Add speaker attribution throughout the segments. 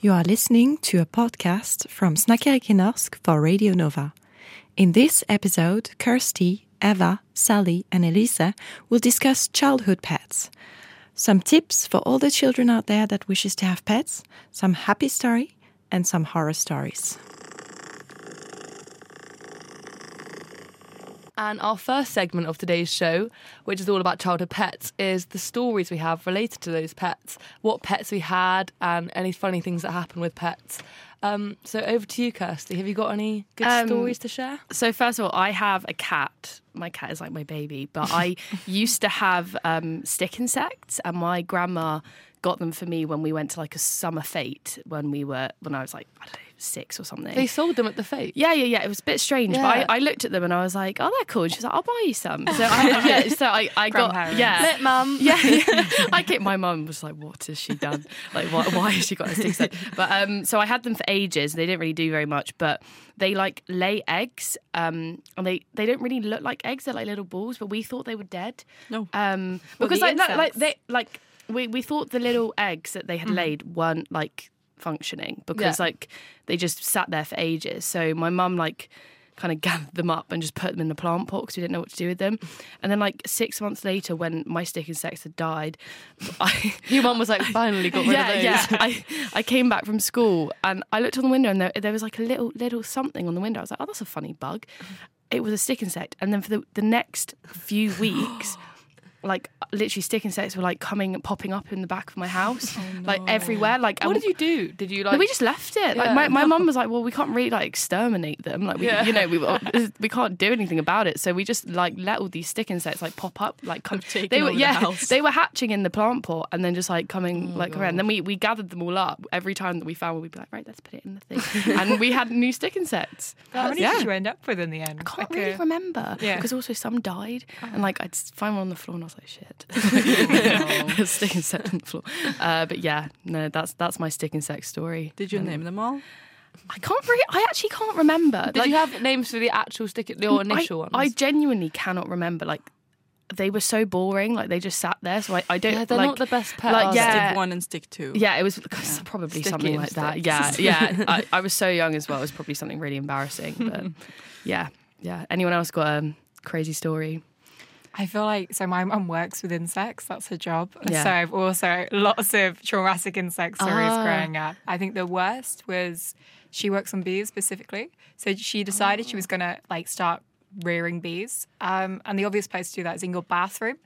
Speaker 1: You are listening to a podcast from Snackeriken Norsk for Radio Nova. In this episode, Kirsty, Eva, Sally, and Elisa will discuss childhood pets. Some tips for all the children out there that wishes to have pets, some happy story, and some horror stories.
Speaker 2: And our first segment of today's show, which is all about childhood pets, is the stories we have related to those pets, what pets we had, and any funny things that happen with pets. Um, so over to you, Kirsty. Have you got any good
Speaker 3: Um,
Speaker 2: stories to share?
Speaker 3: So first of all, I have a cat. My cat is like my baby, but I used to have um, stick insects, and my grandma got them for me when we went to like a summer fete when we were when I was like I don't know six or something.
Speaker 2: They sold them at the fete.
Speaker 3: yeah, yeah, yeah. It was a bit strange,
Speaker 2: Yeah.
Speaker 3: but I, I looked at them and I was like, "Oh, they're cool." And she was like, "I'll buy you some." So I, yeah, so I, I got
Speaker 4: Grandparents.
Speaker 3: yeah,
Speaker 2: Let mum.
Speaker 3: yeah, yeah. I get my mum was like, "What has she done? Like, why, why has she got a stick?" set?" But um, so I had them for ages. They didn't really do very much, but they like lay eggs, um, and they they don't really look like eggs. They're like little balls, but we thought they were dead.
Speaker 4: No.
Speaker 3: um,
Speaker 4: Well,
Speaker 3: because
Speaker 4: the
Speaker 3: like that, like they
Speaker 4: insects. Mm-hmm.
Speaker 3: like we we thought the little eggs that they had laid weren't like functioning because
Speaker 2: Yeah.
Speaker 3: like they just sat there for ages. So my mum like kind of gathered them up and just put them in the plant pot because we didn't know what to do with them. And then like six months later, when my stick insects had died, I
Speaker 2: Your mum was like, finally got rid of
Speaker 3: yeah
Speaker 2: those.
Speaker 3: yeah I, I came back from school and I looked on the window and there, there was like a little little something on the window. I was like, oh, that's a funny bug. It was a stick insect. And then for the, the next few weeks. Like literally, stick insects were like coming, popping up in the back of my house, like everywhere. Like, I
Speaker 2: Oh, What
Speaker 3: w-
Speaker 2: did you do? Did you like?
Speaker 3: no, we just left it. Like
Speaker 2: Yeah.
Speaker 3: my, my mum was like, "Well, we can't really like exterminate them. Like we,
Speaker 2: Yeah.
Speaker 3: you know, we uh, we can't do anything about it. So we just like let all these stick insects like pop up, like come.
Speaker 4: taken
Speaker 3: They were
Speaker 4: over the
Speaker 3: yeah,
Speaker 4: house. Oh,
Speaker 3: they were hatching in the plant pot and then just like coming like around. Then we we gathered them all up. Every time that we found, one, we'd be like, "Right, let's put it in the thing," and we had new stick insects.
Speaker 4: How many
Speaker 3: yeah.
Speaker 4: did you end up with in the end?
Speaker 3: I can't
Speaker 4: Like
Speaker 3: really
Speaker 4: a-
Speaker 3: remember
Speaker 4: Yeah. Oh.
Speaker 3: because also some died and like I'd find one on the floor and I was like shit, There's a stick insect on the floor. Uh, but yeah, no, that's that's my stick insect story.
Speaker 4: Did you
Speaker 3: And-
Speaker 4: name them all?
Speaker 3: I can't really. I actually can't remember.
Speaker 2: Did you have names for the actual stick? Your initial
Speaker 3: I,
Speaker 2: ones.
Speaker 3: I genuinely cannot remember. Like they were so boring. Like they just sat there. So I, I don't.
Speaker 2: yeah, they're
Speaker 3: like,
Speaker 2: not the best pets.
Speaker 3: like, yeah.
Speaker 4: Stick one and stick two.
Speaker 3: Yeah, it was probably
Speaker 2: Sticky
Speaker 3: something
Speaker 2: and
Speaker 3: like that.
Speaker 2: sticks.
Speaker 3: Yeah, yeah. I, I was so young as well. It was probably something really embarrassing. But yeah, yeah. Anyone else got a crazy story?
Speaker 4: I feel like so my mum works with insects. That's her job.
Speaker 3: Yeah.
Speaker 4: So I've also lots of Jurassic insect stories
Speaker 3: Ah.
Speaker 4: growing up. I think the worst was she works on bees specifically. So she decided she was gonna like start rearing bees. Um, and the obvious place to do that is in your bathroom.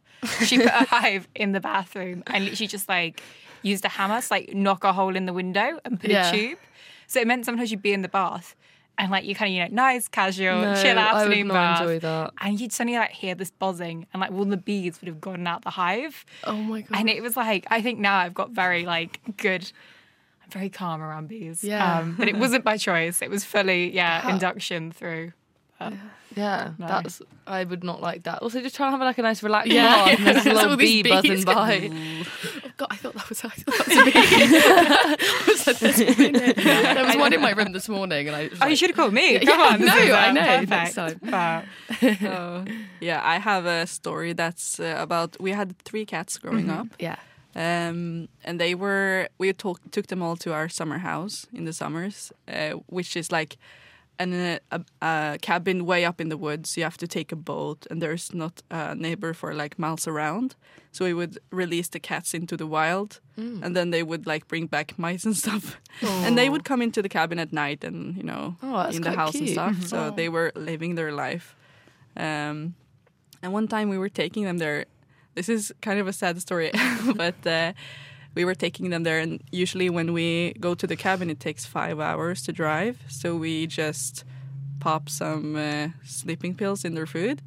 Speaker 4: She put a hive in the bathroom and she just like used a hammer to like knock a hole in the window and put
Speaker 3: Yeah.
Speaker 4: a tube. So it meant sometimes you'd be in the bath. And like you kind of you know nice casual
Speaker 2: No,
Speaker 4: chill
Speaker 2: I would
Speaker 4: afternoon
Speaker 2: not
Speaker 4: bath,
Speaker 2: enjoy that.
Speaker 4: and you'd suddenly like hear this buzzing and like all the bees would have gone out the hive
Speaker 3: Oh my god.
Speaker 4: and it was like i think now i've got very like good i'm very calm around bees Um,
Speaker 3: Yeah.
Speaker 4: but it wasn't by choice it was fully yeah induction through
Speaker 2: Yeah,
Speaker 4: No.
Speaker 2: that's. I would not like that. Also, just trying to have like a nice relaxed
Speaker 3: Yeah.
Speaker 2: bath and there's a
Speaker 3: There's
Speaker 2: little
Speaker 3: all
Speaker 2: bee
Speaker 3: these
Speaker 2: buzzing
Speaker 3: bees.
Speaker 2: by.
Speaker 3: God, I thought that was, I thought that was a bee. I was like, "There's one in here." There was one in my room this morning, and I. Was
Speaker 4: oh you
Speaker 3: like,
Speaker 4: should have called me
Speaker 3: Yeah,
Speaker 4: come
Speaker 3: yeah,
Speaker 4: on this
Speaker 3: no,
Speaker 4: is,
Speaker 3: I
Speaker 4: uh,
Speaker 3: know,
Speaker 4: perfect.
Speaker 3: next time.
Speaker 4: Wow.
Speaker 1: Oh,
Speaker 5: Yeah, I have a story that's uh, about we had three cats growing up,
Speaker 3: Yeah.
Speaker 5: um, and they were we talk, took them all to our summer house in the summers, uh, which is like an uh, a, a cabin way up in the woods. You have to take a boat, and there's not a neighbor for like miles around. So we would release the cats into the wild,
Speaker 2: Mm.
Speaker 5: and then they would like bring back mice and stuff, and they would come into the cabin at night, and you know
Speaker 2: Oh, that's
Speaker 5: in the
Speaker 2: quite
Speaker 5: house
Speaker 2: cute.
Speaker 5: and stuff. So they were living their life. Um, and one time we were taking them there. This is kind of a sad story, but uh, we were taking them there. And usually, when we go to the cabin, it takes five hours to drive. So we just pop some uh, sleeping pills in their food.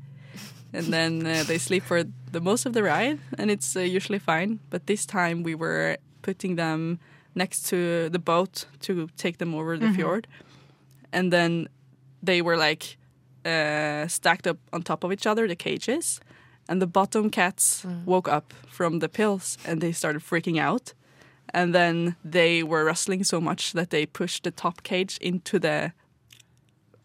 Speaker 5: And then uh, they sleep for the most of the ride, and it's uh, usually fine. But this time we were putting them next to the boat to take them over the fjord. And then they were like uh, stacked up on top of each other, the cages. And the bottom cats woke up from the pills and they started freaking out. And then they were rustling so much that they pushed the top cage into the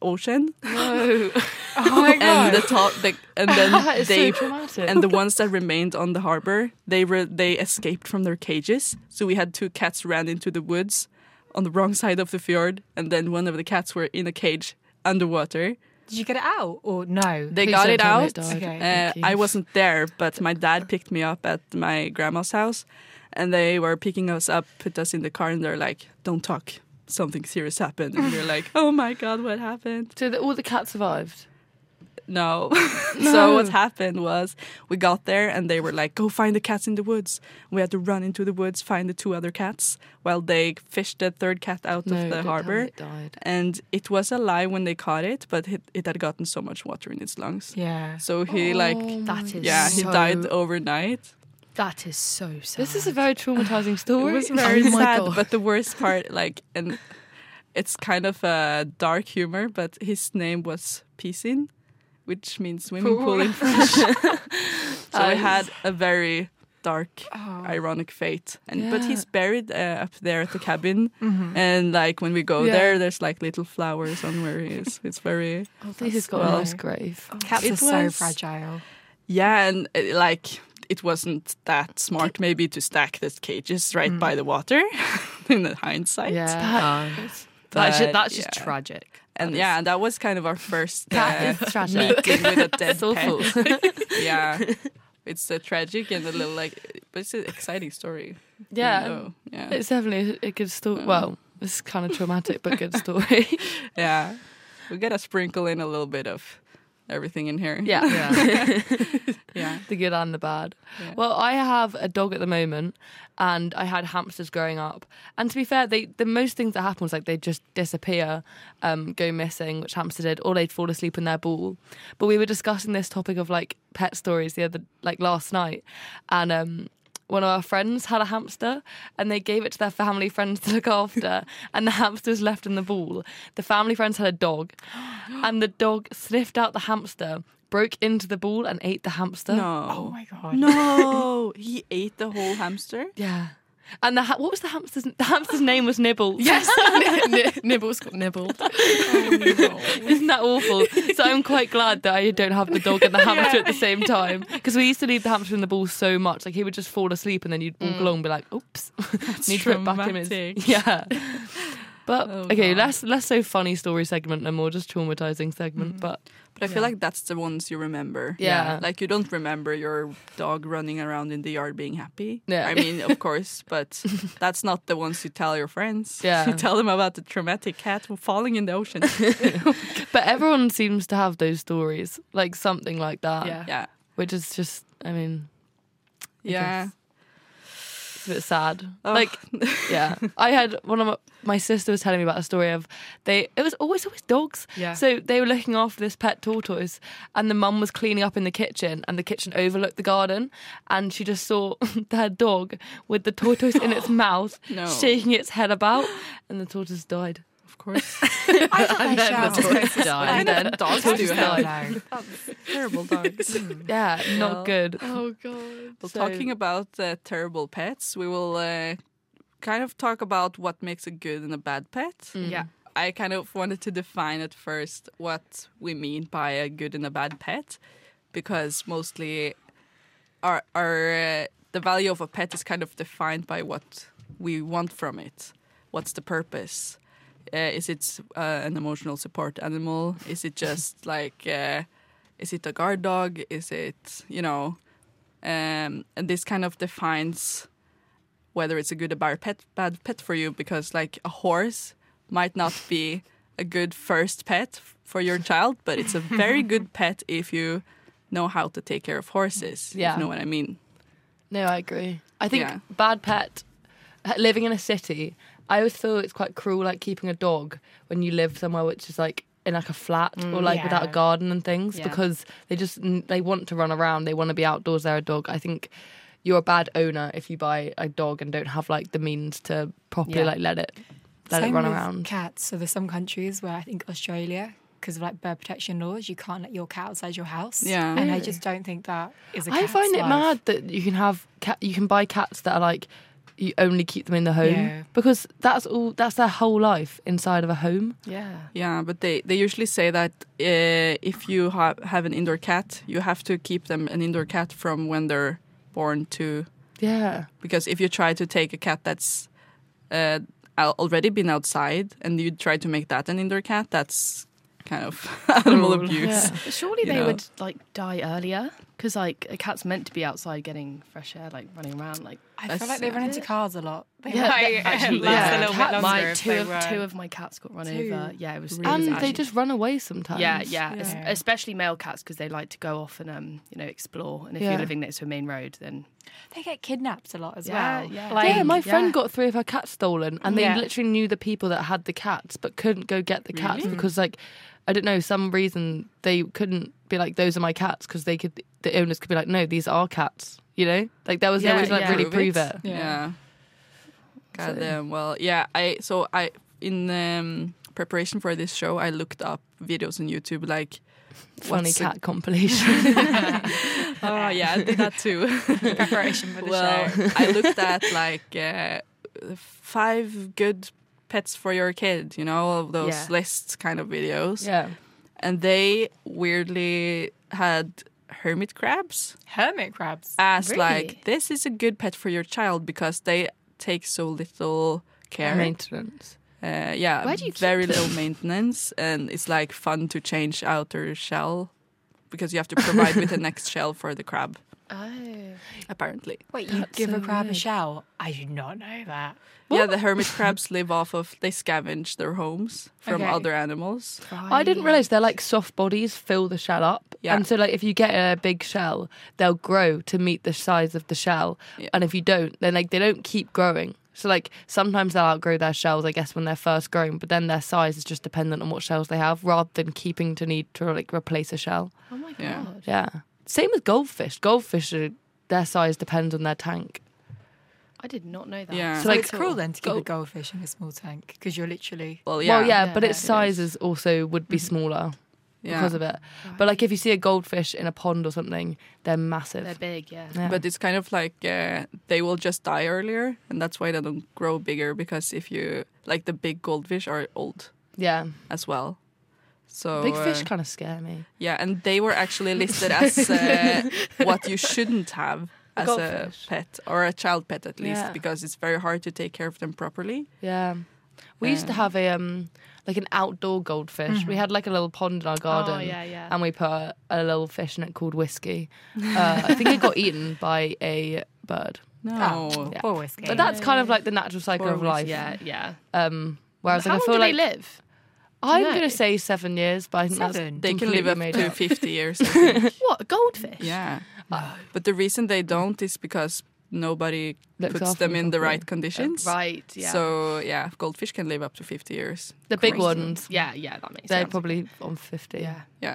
Speaker 5: ocean.
Speaker 4: oh my god
Speaker 5: And the top, the, and then
Speaker 2: It's
Speaker 5: they
Speaker 2: so traumatic.
Speaker 5: and the ones that remained on the harbor, they were they escaped from their cages. So we had two cats ran into the woods on the wrong side of the fjord, and then one of the cats were in a cage underwater.
Speaker 4: Did you get it out or no?
Speaker 5: They
Speaker 3: Please
Speaker 5: got
Speaker 3: don't
Speaker 5: it
Speaker 3: tell me
Speaker 5: out.
Speaker 3: died.
Speaker 4: Okay.
Speaker 5: Uh,
Speaker 3: Thank you.
Speaker 5: I wasn't there, but my dad picked me up at my grandma's house, and they were picking us up, put us in the car, and they're like, "Don't talk, something serious happened." And we're like, "Oh my god, what happened?"
Speaker 2: So that all the cats survived.
Speaker 5: No. so what happened was we got there, and they were like, "Go find the cats in the woods." We had to run into the woods, find the two other cats, while they fished the third cat out
Speaker 2: No,
Speaker 5: of
Speaker 2: don't
Speaker 5: the
Speaker 2: tell me
Speaker 5: harbor.
Speaker 2: it died.
Speaker 5: And it was a lie when they caught it, but it, it had gotten so much water in its lungs.
Speaker 4: Yeah.
Speaker 5: So he like
Speaker 2: Oh
Speaker 3: That is
Speaker 5: yeah, he
Speaker 3: so,
Speaker 5: died overnight.
Speaker 3: That is so sad.
Speaker 2: This is a very traumatizing
Speaker 5: It
Speaker 2: story.
Speaker 5: was very
Speaker 3: Oh my
Speaker 5: sad,
Speaker 3: God.
Speaker 5: but the worst part, like, and it's kind of a dark humor, but his name was Pisin, which means swimming pool in French. so he had a very dark,
Speaker 2: Oh.
Speaker 5: ironic fate. And but he's buried uh, up there at the cabin, and like when we go
Speaker 2: Mm-hmm. Yeah.
Speaker 5: there, there's like little flowers on where he is. It's very
Speaker 2: Oh, this has got
Speaker 5: well.
Speaker 2: a nice grave.
Speaker 3: Oh,
Speaker 4: Cats
Speaker 5: It
Speaker 4: are so
Speaker 5: was-
Speaker 4: fragile.
Speaker 5: Yeah, and uh, like it wasn't that smart maybe to stack these cages right
Speaker 2: Mm.
Speaker 5: by the water in hindsight.
Speaker 3: Uh,
Speaker 2: That,
Speaker 3: that's just,
Speaker 5: but
Speaker 3: that's just
Speaker 5: yeah.
Speaker 3: tragic.
Speaker 5: And yeah, and that was kind of our first uh,
Speaker 2: that is tragic.
Speaker 5: meeting with a dead
Speaker 2: It's awful.
Speaker 5: pet. Yeah. It's uh, tragic and a little like, but it's an exciting story.
Speaker 2: Yeah.
Speaker 5: Even though- yeah,
Speaker 2: It's definitely a good story.
Speaker 5: Oh.
Speaker 2: Well, it's kind of traumatic, but good story.
Speaker 5: yeah. We gotta sprinkle in a little bit of everything in here.
Speaker 2: yeah.
Speaker 5: yeah.
Speaker 2: the good and the bad.
Speaker 5: Yeah.
Speaker 2: Well, I have a dog at the moment, and I had hamsters growing up. And to be fair, they the most things that happen was like they just disappear, um, go missing, which hamster did, or they'd fall asleep in their ball. But we were discussing this topic of like pet stories the other like last night, and um. One of our friends had a hamster and they gave it to their family friends to look after, and the hamster was left in the ball. The family friends had a dog, and the dog sniffed out the hamster, broke into the ball, and ate the hamster.
Speaker 5: No.
Speaker 4: Oh my god.
Speaker 5: No. He ate the whole hamster.
Speaker 2: Yeah. And the ha- what was the hamster's the hamster's name was Nibbles.
Speaker 3: Yes, Nibbles got nibbled.
Speaker 2: Isn't that awful? So I'm quite glad that I don't have the dog and the hamster at the same time because we used to leave the hamster in the ball so much. Like he would just fall asleep and then you'd walk along and be like, "Oops, need to put it back in." His-
Speaker 5: Mm. traumatic.
Speaker 2: yeah. But
Speaker 5: Oh,
Speaker 2: okay,
Speaker 5: God.
Speaker 2: less less so funny story segment and more just traumatizing
Speaker 5: Mm.
Speaker 2: segment. But
Speaker 5: But I feel like that's the ones you remember.
Speaker 2: Yeah.
Speaker 5: Like you don't remember your dog running around in the yard being happy.
Speaker 2: Yeah.
Speaker 5: I mean, of course, but that's not the ones you tell your friends.
Speaker 2: Yeah.
Speaker 5: You tell them about the traumatic cat falling in the ocean.
Speaker 2: but everyone seems to have those stories, like something like that.
Speaker 3: Yeah.
Speaker 5: yeah.
Speaker 2: Which is just, I mean,
Speaker 5: Yeah.
Speaker 2: it's a bit sad.
Speaker 5: Ugh.
Speaker 2: Like yeah. I had one of my, my sister was telling me about a story of they it was always always dogs.
Speaker 3: Yeah.
Speaker 2: So they were looking after this pet tortoise and the mum was cleaning up in the kitchen and the kitchen overlooked the garden and she just saw their dog with the tortoise in its mouth
Speaker 5: No.
Speaker 2: shaking its head about and the tortoise died.
Speaker 5: of course.
Speaker 4: I thought they shower spaces.
Speaker 2: And then
Speaker 5: dogs
Speaker 2: the
Speaker 5: do
Speaker 2: tortoise
Speaker 5: have?
Speaker 2: died.
Speaker 4: No.
Speaker 5: terrible dogs.
Speaker 2: Yeah, not good.
Speaker 3: Oh god.
Speaker 5: Well,
Speaker 2: So-
Speaker 5: talking about uh, terrible pets, we will uh, kind of talk about what makes a good and a bad pet.
Speaker 3: Yeah.
Speaker 5: I kind of wanted to define at first what we mean by a good and a bad pet, because mostly our our uh, the value of a pet is kind of defined by what we want from it. What's the purpose? Uh, is it uh, an emotional support animal? Is it just like uh, is it a guard dog? Is it you know? Um, and this kind of defines whether it's a good or bad pet, bad pet for you because like a horse might not be a good first pet f- for your child but it's a very good pet if you know how to take care of horses if
Speaker 2: Yeah.
Speaker 5: you know what i mean
Speaker 2: No, I agree. I think
Speaker 5: Yeah.
Speaker 2: bad pet uh, living in a city. I always feel it's quite cruel, like keeping a dog when you live somewhere which is like in like a flat or like without a
Speaker 4: Mm, yeah.
Speaker 2: garden and things
Speaker 3: Yeah.
Speaker 2: because they just they want to run around. They want to be outdoors. They're a dog. I think you're a bad owner if you buy a dog and don't have like the means to properly
Speaker 3: Yeah.
Speaker 2: like let it let
Speaker 4: Same
Speaker 2: it run
Speaker 4: with
Speaker 2: around.
Speaker 4: Cats. So there's some countries where I think Australia, because of like bird protection laws, you can't let your cat outside your house.
Speaker 5: Yeah.
Speaker 4: And I
Speaker 2: Really?
Speaker 4: just don't think that is a
Speaker 2: I
Speaker 4: cat's
Speaker 2: find it
Speaker 4: life.
Speaker 2: mad that you can have cat, you can buy cats that are like you only keep them in the home
Speaker 4: Yeah.
Speaker 2: because that's all that's their whole life inside of a home.
Speaker 3: Yeah.
Speaker 5: yeah but they, they usually say that uh, if you ha- have an indoor cat you have to keep them an indoor cat from when they're born to
Speaker 2: Yeah.
Speaker 5: because if you try to take a cat that's uh, al- already been outside and you try to make that an indoor cat, that's kind of animal abuse.
Speaker 3: Surely
Speaker 5: You
Speaker 3: they
Speaker 5: know.
Speaker 3: would like die earlier because like a cat's meant to be outside getting fresh air, like running around. Like
Speaker 4: I feel
Speaker 5: That's-
Speaker 4: like they run into cars a lot. They
Speaker 3: Yeah,
Speaker 4: might
Speaker 5: actually,
Speaker 4: last
Speaker 5: yeah.
Speaker 4: a little
Speaker 3: Cat-
Speaker 4: bit longer
Speaker 3: my
Speaker 4: if
Speaker 3: two
Speaker 4: they
Speaker 3: of
Speaker 4: were.
Speaker 3: two of my cats got run
Speaker 5: Two?
Speaker 3: over. Yeah, it was. it was
Speaker 2: And
Speaker 3: actually-
Speaker 2: they just run away sometimes.
Speaker 3: Yeah, yeah, es-
Speaker 4: Yeah.
Speaker 3: Especially male cats because they like to go off and um, you know, explore. And if
Speaker 2: Yeah.
Speaker 3: you're living next to a main road, then
Speaker 4: They get kidnapped a lot as
Speaker 3: Yeah,
Speaker 4: well.
Speaker 3: yeah.
Speaker 4: Like,
Speaker 2: yeah, my friend
Speaker 3: yeah.
Speaker 2: got three of her cats stolen, and they
Speaker 4: Yeah.
Speaker 2: literally knew the people that had the cats, but couldn't go get the cats
Speaker 5: Really?
Speaker 2: because, like, I don't know, some reason they couldn't be like, "Those are my cats," because they could, the owners could be like, "No, these are cats," you know, like there was
Speaker 3: Yeah,
Speaker 2: no way to like
Speaker 3: yeah.
Speaker 2: really prove it.
Speaker 5: Yeah. God damn. Well, yeah. I so I in um, preparation for this show, I looked up videos on YouTube like
Speaker 2: Funny
Speaker 5: what's a-
Speaker 2: cat compilation.
Speaker 5: Oh yeah, I did that too.
Speaker 4: preparation for the
Speaker 5: well,
Speaker 4: show.
Speaker 5: I looked at like uh, five good pets for your kid. You know, all of those
Speaker 3: Yeah.
Speaker 5: lists kind of videos,
Speaker 2: yeah,
Speaker 5: and they weirdly had hermit crabs
Speaker 4: Hermit crabs.
Speaker 5: as
Speaker 3: Really?
Speaker 5: like this is a good pet for your child because they take so little care.
Speaker 2: maintenance.
Speaker 5: Uh, yeah,
Speaker 3: Why do you keep
Speaker 5: very little maintenance, and it's like fun to change out their shell because you have to provide with the next shell for the crab,
Speaker 3: oh,
Speaker 5: apparently.
Speaker 4: Wait, you give a crab a shell? I did not know that.
Speaker 5: Yeah, the hermit crabs live off of they scavenge their homes from
Speaker 4: Okay.
Speaker 5: other animals.
Speaker 2: I didn't realize they're like soft bodies fill the shell up,
Speaker 5: Yeah.
Speaker 2: and so like if you get a big shell, they'll grow to meet the size of the shell,
Speaker 5: Yeah.
Speaker 2: and if you don't, then like they don't keep growing. So like sometimes they'll outgrow their shells, I guess, when they're first growing, but then their size is just dependent on what shells they have, rather than keeping to need to like replace a shell.
Speaker 3: Oh my god.
Speaker 5: Yeah.
Speaker 2: Yeah, same with goldfish. Goldfish, are, their size depends on their tank.
Speaker 3: I did not know that.
Speaker 5: Yeah.
Speaker 2: So, like,
Speaker 4: it's cruel then to keep
Speaker 2: go-
Speaker 4: a goldfish in a small tank because you're literally.
Speaker 5: Well, yeah, Mm-hmm.
Speaker 2: Well, yeah,
Speaker 3: Yeah,
Speaker 2: but its
Speaker 3: it is.
Speaker 2: sizes also would be smaller
Speaker 5: yeah.
Speaker 2: because of it. But like if you see a goldfish in a pond or something, they're massive.
Speaker 3: They're big, yeah.
Speaker 2: Yeah.
Speaker 5: But it's kind of like uh, they will just die earlier, and that's why they don't grow bigger because if you like the big goldfish are old
Speaker 2: yeah.
Speaker 5: as well. So
Speaker 2: Big
Speaker 5: uh,
Speaker 2: fish kind of scare me.
Speaker 5: Yeah, and they were actually listed as uh, what you shouldn't have as a
Speaker 2: goldfish.
Speaker 5: pet or a child pet at least
Speaker 2: Yeah.
Speaker 5: because it's very hard to take care of them properly.
Speaker 2: Yeah. We used to have a um like an outdoor goldfish. We had like a little pond in our garden.
Speaker 3: Mm-hmm. Oh yeah, yeah.
Speaker 2: And we put a, a little fish in it called Whiskey. Uh, I think it got eaten by a bird.
Speaker 5: No.
Speaker 2: yeah.
Speaker 4: Poor whiskey.
Speaker 2: But that's kind of like the natural cycle
Speaker 5: Poor
Speaker 2: of life.
Speaker 3: yeah, yeah.
Speaker 2: Um, whereas
Speaker 3: How
Speaker 2: like,
Speaker 3: long
Speaker 2: I feel
Speaker 3: do
Speaker 2: like
Speaker 3: they live?
Speaker 2: I'm
Speaker 3: know?
Speaker 2: gonna say seven years, but I think
Speaker 4: Seven?
Speaker 2: that's
Speaker 5: They can live
Speaker 2: completely
Speaker 5: up
Speaker 2: made
Speaker 5: to
Speaker 2: up.
Speaker 5: 50 years. I think.
Speaker 3: What a goldfish?
Speaker 5: yeah.
Speaker 2: Ah.
Speaker 5: But the reason they don't is because nobody
Speaker 2: Looks
Speaker 5: puts
Speaker 2: after
Speaker 5: them
Speaker 2: them
Speaker 5: in the
Speaker 2: properly.
Speaker 5: right conditions.
Speaker 3: Right. Yeah.
Speaker 5: So, yeah, goldfish can live up to 50 years.
Speaker 2: The big
Speaker 5: Crazy.
Speaker 2: ones.
Speaker 3: yeah, yeah, that makes
Speaker 2: They're
Speaker 3: sense.
Speaker 2: probably on fifty.
Speaker 3: yeah.
Speaker 5: Yeah.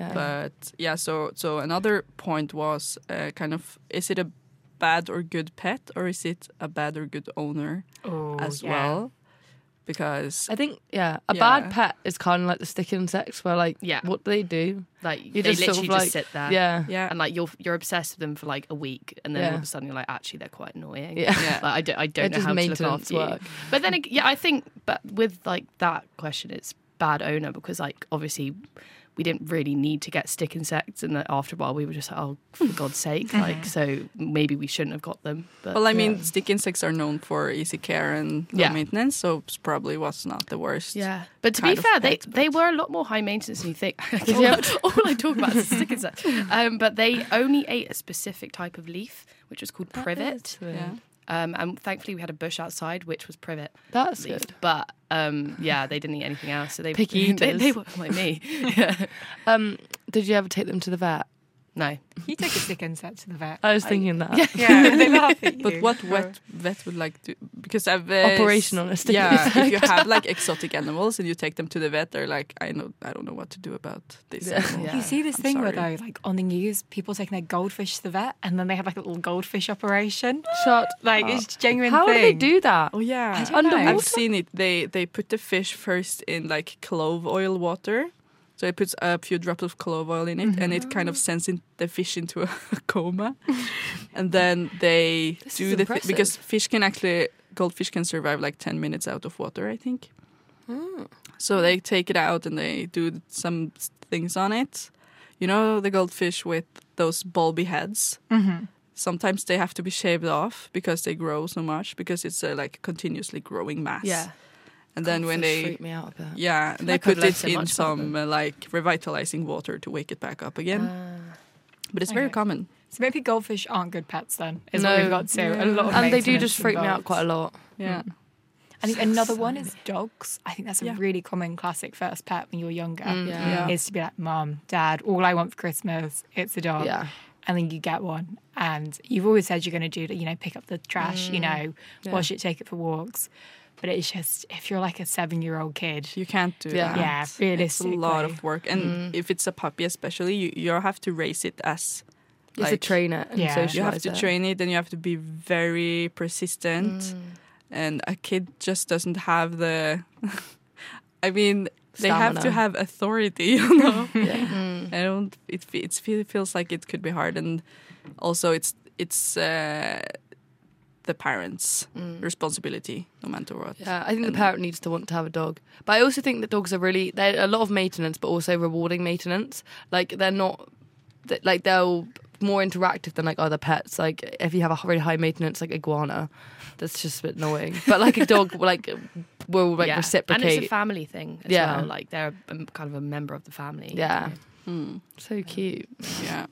Speaker 2: Yeah.
Speaker 5: But yeah, so so another point was uh, kind of is it a bad or good pet or is it a bad or good owner
Speaker 4: Oh,
Speaker 5: as
Speaker 4: yeah.
Speaker 5: well? Because
Speaker 2: I think yeah, a
Speaker 5: Yeah.
Speaker 2: bad pet is kind of like the stick insects, where like
Speaker 3: Yeah.
Speaker 2: what they do,
Speaker 3: Like
Speaker 2: you
Speaker 3: they
Speaker 2: just sort of
Speaker 3: literally
Speaker 2: like
Speaker 3: just sit there.
Speaker 2: yeah,
Speaker 5: yeah,
Speaker 3: And like you're you're obsessed with them for like a week, and then all
Speaker 2: Yeah.
Speaker 3: of a sudden you're like, actually, they're quite annoying.
Speaker 2: yeah.
Speaker 5: yeah,
Speaker 3: Like, I don't, I don't
Speaker 2: They're
Speaker 3: know
Speaker 2: just
Speaker 3: how to look
Speaker 2: maintenance
Speaker 3: after you.
Speaker 2: work.
Speaker 3: But then, ag- yeah, I think, but with like that question, it's bad owner because like obviously we didn't really need to get stick insects, and then after a while we were just like, oh, for God's sake, like so maybe we shouldn't have got them. But
Speaker 5: Well, I mean, stick insects are known for easy care and low
Speaker 3: Yeah.
Speaker 5: maintenance, so it's probably was not the worst.
Speaker 3: yeah, but to
Speaker 5: kind
Speaker 3: be
Speaker 5: of
Speaker 3: fair, they,
Speaker 5: pet,
Speaker 3: they were a lot more high maintenance than you think. all, all I talk about is stick insects. Um, but they only ate a specific type of leaf, which was called privet.
Speaker 5: Yeah.
Speaker 3: Um, and thankfully, we had a bush outside, which was privet.
Speaker 2: That's
Speaker 3: leaf.
Speaker 2: good.
Speaker 3: But um, yeah, they didn't eat anything else. So they
Speaker 2: Picky
Speaker 3: they, they
Speaker 2: eaters.
Speaker 3: were like me. Yeah.
Speaker 2: Um, did you ever take them to the vet?
Speaker 3: No.
Speaker 4: You take a sick insect to the vet.
Speaker 2: I was thinking that
Speaker 4: yeah, they laugh at you.
Speaker 5: But what vet, vet would like to because I've uh, s-
Speaker 2: operation on a stick
Speaker 5: Yeah,
Speaker 2: insect.
Speaker 5: if you have like exotic animals and you take them to the vet, they're like, I know, I don't know what to do about this.
Speaker 2: Yeah.
Speaker 5: animal.
Speaker 3: Yeah.
Speaker 4: You see this
Speaker 5: I'm
Speaker 4: thing where
Speaker 5: sorry.
Speaker 4: though, like on the news, people taking their goldfish to the vet, and then they have like a little goldfish operation.
Speaker 2: Shut
Speaker 4: Like
Speaker 2: up.
Speaker 4: it's a genuine.
Speaker 2: How do they
Speaker 4: thing.
Speaker 2: do that?
Speaker 5: Oh yeah,
Speaker 4: don't know.
Speaker 5: I've seen it. They they put the fish first in like clove oil water. So it puts a few drops of clove oil in it, and it
Speaker 2: Mm-hmm.
Speaker 5: kind of sends in the fish into a coma. and then they
Speaker 2: This
Speaker 5: do
Speaker 2: is
Speaker 5: the thi-
Speaker 2: impressive.
Speaker 5: because fish can actually goldfish can survive like ten minutes out of water, I think.
Speaker 2: Mm.
Speaker 5: So they take it out and they do some
Speaker 4: Mm-hmm.
Speaker 5: things on it. You know the goldfish with those bulby heads. sometimes they have to be shaved off because they grow so much because it's a like continuously growing mass.
Speaker 3: Yeah.
Speaker 5: And then when they
Speaker 2: freak me out a bit.
Speaker 5: yeah, they
Speaker 3: could
Speaker 5: put
Speaker 3: learn
Speaker 5: it
Speaker 3: so
Speaker 5: in
Speaker 3: much about
Speaker 5: some uh, like revitalizing water to wake it back up again.
Speaker 3: Ah.
Speaker 5: but it's very
Speaker 4: okay.
Speaker 5: common.
Speaker 4: So maybe goldfish aren't good pets then, is
Speaker 2: No.
Speaker 4: what we've got to. A lot of
Speaker 2: and they do just
Speaker 4: maintenance
Speaker 2: freak me out
Speaker 4: involved.
Speaker 2: quite a lot.
Speaker 3: Hmm.
Speaker 5: Yeah.
Speaker 4: I think another one is dogs. I think that's a
Speaker 5: Yeah.
Speaker 4: really common classic first pet when you're younger.
Speaker 2: Yeah. Mm. yeah.
Speaker 4: Is to be like, Mom, Dad, all I want for Christmas, it's a dog.
Speaker 2: Yeah.
Speaker 4: And then you get one. And you've always said you're going to do, you know, pick up the trash,
Speaker 2: Mm.
Speaker 4: you know, wash it, take it for walks. But it's just, if you're like a seven year old kid,
Speaker 5: You can't do
Speaker 2: Yeah.
Speaker 5: that.
Speaker 4: yeah,
Speaker 5: It's a
Speaker 4: realistically.
Speaker 5: lot of work. And
Speaker 3: Hmm.
Speaker 5: if it's a puppy especially, you, you have to raise it as
Speaker 2: You have to train it and
Speaker 4: Yeah. You have
Speaker 2: socialize
Speaker 5: you have to
Speaker 2: it.
Speaker 5: train it and you have to be very persistent
Speaker 2: Mm.
Speaker 5: and a kid just doesn't have the i mean they have to
Speaker 2: Stamina.
Speaker 5: have authority you know
Speaker 2: Yeah.
Speaker 5: i don't it, fe- it's, fe- it feels like it could be hard and also it's it's uh, the parents responsibility no matter what
Speaker 2: Mm. Yeah, I think the parent needs to want to have a dog. But I also think that dogs are really they're a lot of maintenance, but also rewarding maintenance. Like they're not th- like they're more interactive than like other pets. Like if you have a h- really high maintenance like iguana, that's just a bit annoying. But like a dog, like will like
Speaker 3: Yeah.
Speaker 2: reciprocate.
Speaker 3: And it's a family thing as
Speaker 2: Yeah.
Speaker 3: well. Like they're um, kind of a member of the family.
Speaker 2: yeah,
Speaker 5: Mm.
Speaker 2: so cute.
Speaker 5: yeah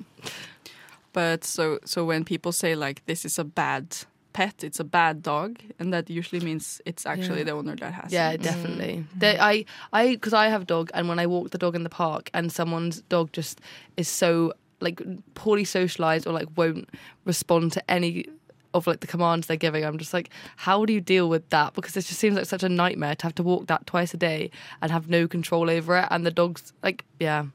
Speaker 5: but so so when people say like this is a bad pet it's a bad dog and that usually means it's actually
Speaker 2: Yeah.
Speaker 5: the owner that has
Speaker 2: Yeah,
Speaker 5: it
Speaker 2: definitely. They, I, I, because I have a dog, and when I walk the dog in the park, and someone's dog just is so like poorly socialized or like won't respond to any of like the commands they're giving, I'm just like, how do you deal with that? Because it just seems like such a nightmare to have to walk that twice a day and have no control over it, and the dog's like, yeah.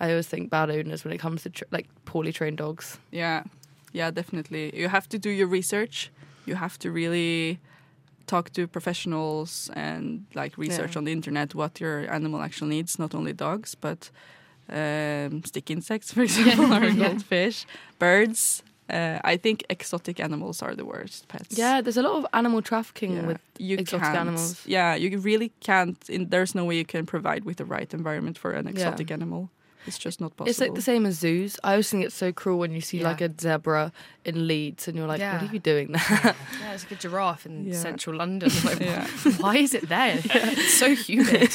Speaker 2: I always think bad owners when it comes to tr- like poorly trained dogs.
Speaker 5: Yeah, yeah, definitely. You have to do your research. You have to really talk to professionals and like research
Speaker 2: Yeah.
Speaker 5: on the internet what your animal actually needs, not only dogs, but um, stick insects, for example, or goldfish, birds. Uh, I think exotic animals are the worst pets.
Speaker 2: Yeah, there's a lot of animal trafficking
Speaker 5: Yeah,
Speaker 2: with
Speaker 5: you
Speaker 2: exotic
Speaker 5: can't-
Speaker 2: animals.
Speaker 5: Yeah, you really can't. In, there's no way you can provide with the right environment for an exotic animal. It's just not possible.
Speaker 2: It's like the same as zoos. I always think it's so cruel when you see
Speaker 3: Yeah.
Speaker 2: like a zebra in Leeds and you're like, what
Speaker 3: Yeah.
Speaker 2: are you doing there?
Speaker 3: Yeah, it's like a giraffe in
Speaker 5: Yeah.
Speaker 3: central London. Like,
Speaker 5: Yeah.
Speaker 3: Why is it there? It's so humid.